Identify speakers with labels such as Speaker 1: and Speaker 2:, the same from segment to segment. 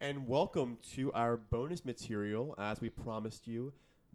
Speaker 1: and welcome to our bonus material, as we promised you,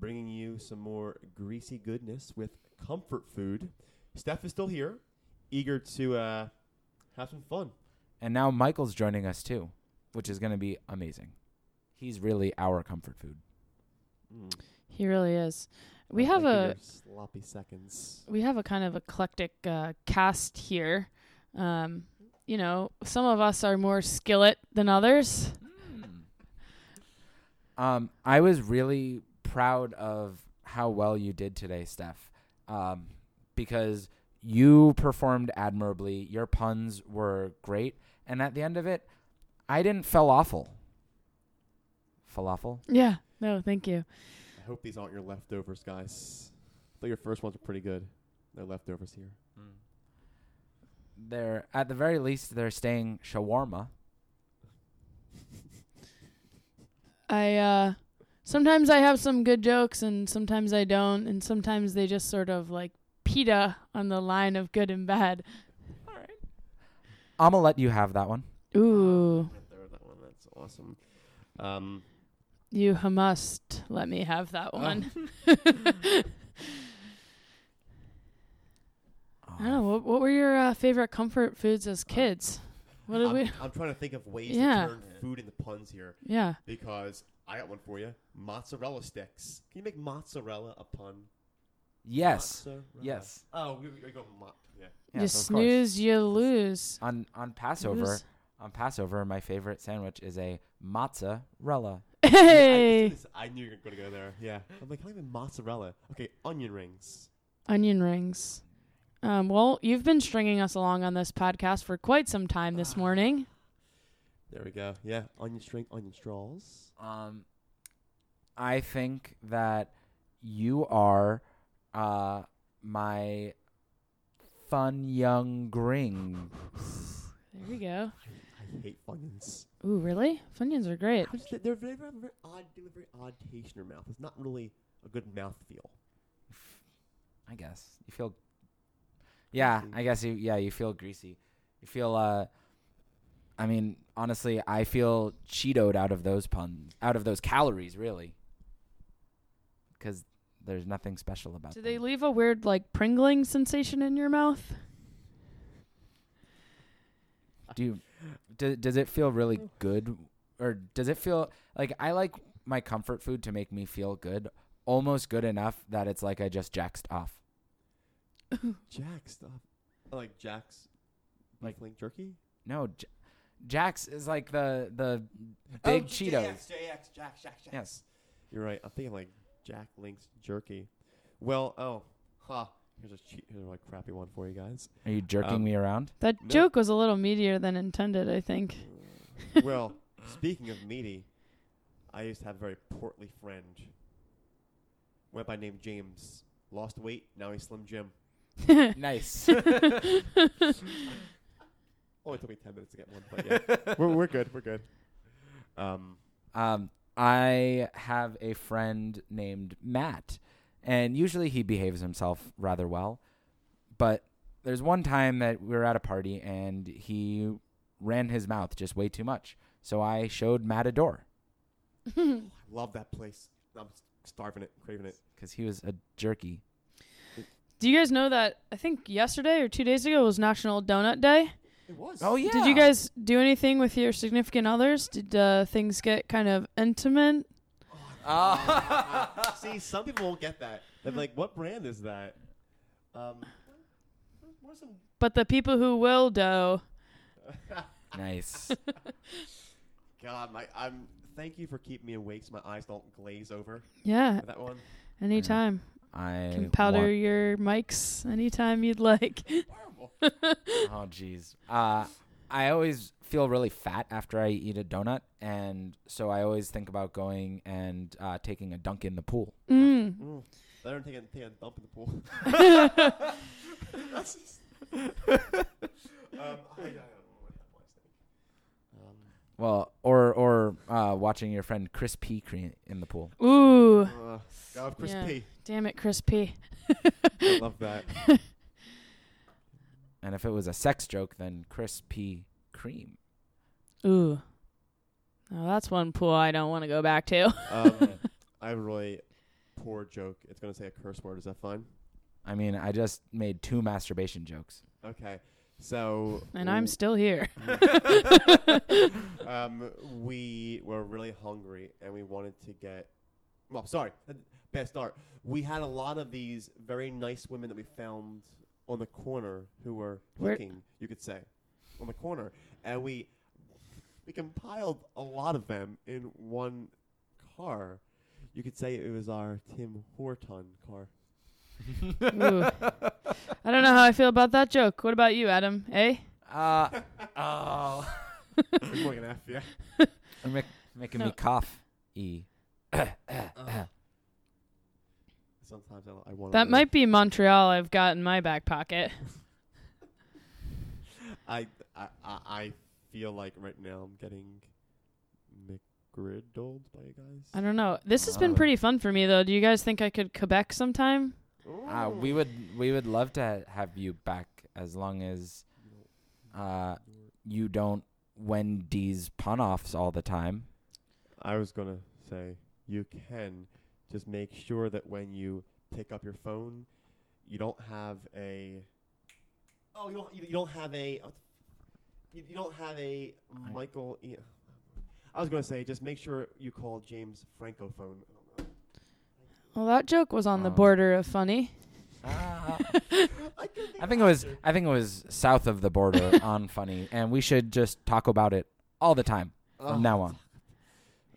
Speaker 1: bringing you some more greasy goodness with comfort food. Steph is still here, eager to uh, have some fun.
Speaker 2: And now Michael's joining us too, which is going to be amazing. He's really our comfort food.
Speaker 1: Mm.
Speaker 3: He really is. We
Speaker 1: I
Speaker 3: have
Speaker 1: like
Speaker 3: a
Speaker 1: your sloppy seconds.
Speaker 3: we have a kind of eclectic uh, cast here. Um, you know, some of us are more skillet than others.
Speaker 2: Um, I was really proud of how well you did today, Steph, um, because you performed admirably. Your puns were great, and at the end of it, I didn't fell awful. Falafel.
Speaker 3: Yeah. No, thank you.
Speaker 1: I hope these aren't your leftovers, guys. I thought your first ones were pretty good. They're leftovers here.
Speaker 2: They're at the very least they're staying shawarma.
Speaker 3: I uh sometimes I have some good jokes and sometimes I don't and sometimes they just sort of like pita on the line of good and bad.
Speaker 2: I'm gonna let you have that one.
Speaker 3: Ooh,
Speaker 1: that one. That's awesome. Um,
Speaker 3: you ha- must let me have that one. I don't know what, what were your uh, favorite comfort foods as kids? What did
Speaker 1: Uh, I'm,
Speaker 3: we
Speaker 1: I'm trying to think of ways
Speaker 3: Yeah.
Speaker 1: to turn food into puns here
Speaker 3: Yeah.
Speaker 1: because I got one for you. Mozzarella sticks. Can you make mozzarella a pun?
Speaker 2: Yes.
Speaker 1: Mozzarella.
Speaker 2: Yes.
Speaker 1: Oh, we, we go mo- yeah.
Speaker 2: Yes, of
Speaker 3: you
Speaker 2: course.
Speaker 3: snooze, you lose.
Speaker 2: On on Passover,
Speaker 3: Lose.
Speaker 2: on Passover, my favorite sandwich is a mozzarella.
Speaker 1: I, as
Speaker 3: Hey,
Speaker 1: soon as I knew you were going to go there. Yeah. I'm like, how even mozzarella? Okay, onion rings.
Speaker 3: onion rings. Um, well, you've been stringing us along on this podcast for quite some time this morning.
Speaker 1: There we go. Yeah, onion string, onion straws.
Speaker 2: Um, I think that you are uh my fun young gring.
Speaker 3: There you go.
Speaker 1: I hate onions.
Speaker 3: Ooh, really? Funyuns are great.
Speaker 1: I just, they're very, very, very odd. They have a very odd taste in your mouth. It's not really a good mouth feel.
Speaker 2: I guess you feel. Yeah,
Speaker 1: Greasy.
Speaker 2: I guess you. Yeah, you feel greasy. You feel. uh I mean, honestly, I feel cheetoed out of those puns, out of those calories, really. Because there's nothing special about.
Speaker 3: Do they
Speaker 2: them.
Speaker 3: leave a weird like pringling sensation in your mouth?
Speaker 2: do you, do, does it feel really good or does it feel like i like my comfort food to make me feel good almost good enough that it's like i just jacked off
Speaker 1: Jack stuff. I like Jack's
Speaker 2: Like-
Speaker 1: like link jerky.
Speaker 2: no j- jack's is like the the
Speaker 1: Oh,
Speaker 2: big cheetos
Speaker 1: JX, JX, Jack, Jack, Jack.
Speaker 2: Yes.
Speaker 1: You're right. I'm thinking like Jack Link's jerky. Well, oh, ha. Here's a cheat. Here's a like, crappy one for you guys.
Speaker 2: are you jerking
Speaker 1: Um,
Speaker 2: me around
Speaker 3: That
Speaker 1: No.
Speaker 3: joke was a little meatier than intended, I think.
Speaker 1: well, speaking of meaty, I used to have a very portly friend. Went by name James. Lost weight. Now he's Slim Jim.
Speaker 2: nice
Speaker 1: Only Oh, took me ten minutes to get one, but yeah, we're we're good. We're good. Um,
Speaker 2: um i have a friend named matt and usually he behaves himself rather well but there's one time that we were at a party and he ran his mouth just way too much so i showed matt a door
Speaker 1: I love that place. I'm s- starving it, craving it.
Speaker 2: because he was a jerky.
Speaker 3: Do you guys know that I think yesterday or two days ago was National Donut Day?
Speaker 1: It was.
Speaker 2: Oh, yeah.
Speaker 3: Did you guys do anything with your significant others? Did uh, things get kind of intimate?
Speaker 1: Oh,
Speaker 2: Ah.
Speaker 1: See, some people won't get that. They're like, what brand is that? Um, what are some?
Speaker 3: But the people who will do.
Speaker 2: nice.
Speaker 1: God, my I'm. Thank you for keeping me awake so my eyes don't glaze over.
Speaker 3: Yeah,
Speaker 1: With that one.
Speaker 3: anytime.
Speaker 2: I
Speaker 3: Can powder
Speaker 2: want-
Speaker 3: your mics anytime you'd like.
Speaker 1: Horrible.
Speaker 2: oh jeez. Uh, I always feel really fat after I eat a donut, and so I always think about going and uh, taking a dunk in the pool.
Speaker 3: Mm.
Speaker 1: Mm. Better than taking taking a dump in the pool. That's just- um, I, I don't know what that was. Um,
Speaker 2: Well, or or uh, watching your friend Chris P. Cre- in the pool.
Speaker 3: Ooh,
Speaker 1: uh, God, Chris
Speaker 3: Yeah.
Speaker 1: P.
Speaker 3: damn it, Chris P.
Speaker 1: I love that.
Speaker 2: And if it was a sex joke, then Chris P. Cream.
Speaker 3: Ooh, Oh, that's one pool I don't want to go back to.
Speaker 1: Um, I have a really poor joke. It's going to say a curse word. Is that fine?
Speaker 2: I mean, I just made two masturbation jokes.
Speaker 1: Okay. So.
Speaker 3: and I'm still here.
Speaker 1: um, we were really hungry and we wanted to get. Well, sorry, bad start. We had a lot of these very nice women that we found on the corner who were
Speaker 3: Where-
Speaker 1: looking, you could say, on the corner, and we we compiled a lot of them in one car. You could say it was our Tim Horton car.
Speaker 3: Ooh. I don't know how I feel about that joke. What about you, Adam? Eh?
Speaker 2: Uh, oh.
Speaker 1: We're going F, yeah.
Speaker 2: You're mak- making me
Speaker 3: No.
Speaker 2: cough. E. Uh,
Speaker 1: Sometimes I, I want
Speaker 3: That might be Montreal I've got in my back pocket.
Speaker 1: I, I I I feel like right now I'm getting McGriddled by you
Speaker 3: I
Speaker 1: guys.
Speaker 3: don't know. This has been
Speaker 2: Wow.
Speaker 3: pretty fun for me though. Do you guys think I could Quebec sometime?
Speaker 2: Uh, we would we would love to have you back as long as uh, you don't Wendy's pun offs all the time.
Speaker 1: I was gonna say you can just make sure that when you pick up your phone, you don't have a. Oh, you don't. You, you don't have a. oh, You, you don't have a
Speaker 2: I-
Speaker 1: Michael. E- I was gonna say just make sure you call James Franco phone.
Speaker 3: Well, that joke was on the
Speaker 2: Oh.
Speaker 3: border of funny. Ah.
Speaker 1: Uh,
Speaker 2: I think it was I think it was south of the border on funny, and we should just talk about it all the time
Speaker 1: Oh.
Speaker 2: from now on.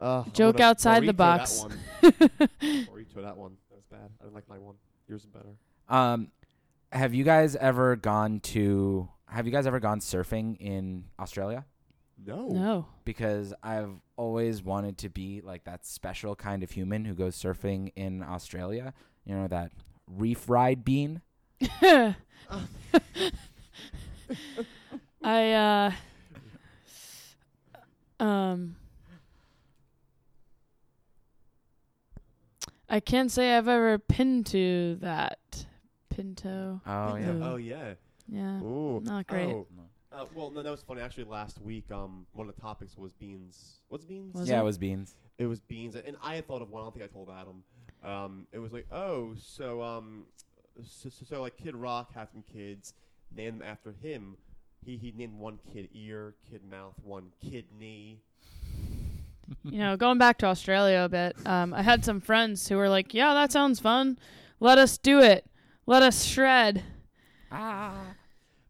Speaker 1: Uh, I
Speaker 3: Joke
Speaker 1: wanna
Speaker 3: outside the
Speaker 1: burrito
Speaker 3: box.
Speaker 1: That one. burrito that one. That was bad. I didn't like my one. Yours is better.
Speaker 2: Um, have you guys ever gone to Have you guys ever gone surfing in Australia?
Speaker 1: No.
Speaker 3: No.
Speaker 2: Because I've always wanted to be like that special kind of human who goes surfing in Australia. You know that reef ride bean.
Speaker 3: I uh um I can't say I've ever pinned to that pinto.
Speaker 2: Oh
Speaker 1: Pinto.
Speaker 2: yeah.
Speaker 1: Oh yeah.
Speaker 3: Yeah.
Speaker 1: Ooh.
Speaker 3: Not great.
Speaker 1: Oh. Uh, well, no, that was funny. Actually, last week, um, one of the topics was beans. What's beans?
Speaker 3: Was
Speaker 2: yeah,
Speaker 3: it?
Speaker 2: it was beans.
Speaker 1: It was beans, and I had thought of one. I don't think I told Adam. Um, it was like, oh, so um, so, so, so like Kid Rock had some kids, named them after him. He he named one kid ear, kid mouth, one kidney.
Speaker 3: You know, going back to Australia a bit, um, I had some friends who were like, "Yeah, that sounds fun. Let us do it. Let us shred."
Speaker 2: Ah.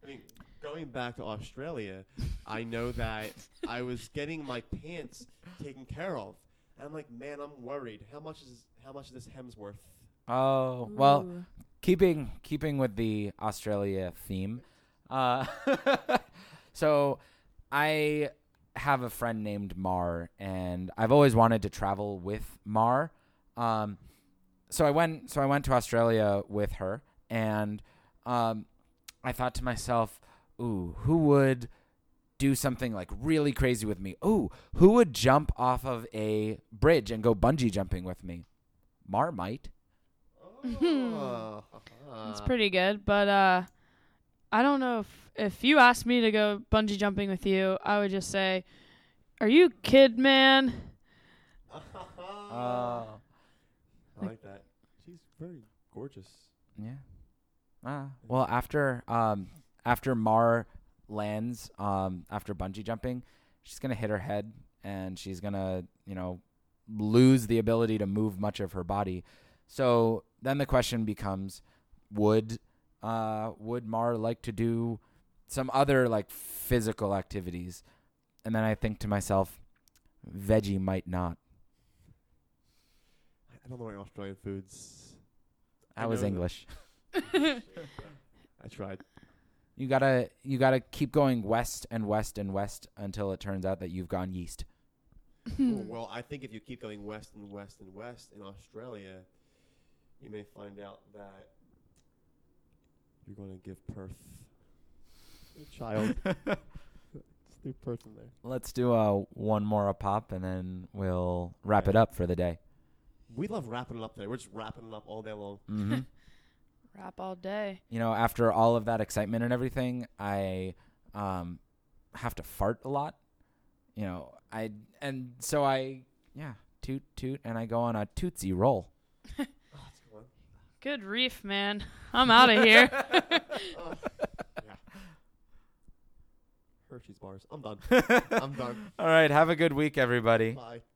Speaker 1: I mean, going back to Australia, I know that I was getting my pants taken care of. And I'm like, man, I'm worried. How much is how much is this Hemsworth?
Speaker 2: Oh well. keeping keeping with the Australia theme. Uh, so I have a friend named Mar, and I've always wanted to travel with Mar. Um, so I went so I went to Australia with her, and um, I thought to myself, "Ooh, who would?" Do something like really crazy with me. Ooh, who would jump off of a bridge and go bungee jumping with me? Mar might.
Speaker 1: Oh,
Speaker 3: It's
Speaker 1: ha-ha.
Speaker 3: pretty good, but uh, I don't know if if you asked me to go bungee jumping with you, I would just say, "Are you kid man?"
Speaker 1: I like that. She's very gorgeous.
Speaker 2: Yeah. Ah. Well, after um after Mar lands um after bungee jumping, she's gonna hit her head and she's gonna you know lose the ability to move much of her body. So then the question becomes, would uh would Mar like to do some other like physical activities? And then I think to myself, veggie might not.
Speaker 1: I- I don't know my Australian foods. I
Speaker 2: I was
Speaker 1: know that-
Speaker 2: English.
Speaker 1: I tried.
Speaker 2: You gotta you gotta keep going west and west and west until it turns out that you've gone yeast.
Speaker 3: Hmm.
Speaker 1: Ooh, Oh, well, I think if you keep going west and west and west in Australia, you may find out that you're going to give Perth a child. Just threw Perth in there.
Speaker 2: Let's do uh, one more a pop and then we'll wrap it up for the day.
Speaker 1: We love wrapping it up today. We're just wrapping it up all day long.
Speaker 2: Mhm.
Speaker 3: Rap all day.
Speaker 2: you know, after all of that excitement and everything, I um, have to fart a lot. you know, I and so I yeah, toot toot and I go on a tootsie roll.
Speaker 1: Oh, that's a good one.
Speaker 3: Good reef, man. I'm out of here.
Speaker 1: Oh, Hershey's bars. I'm done.
Speaker 2: I'm
Speaker 1: done.
Speaker 2: All right, have a good week everybody.
Speaker 1: Bye.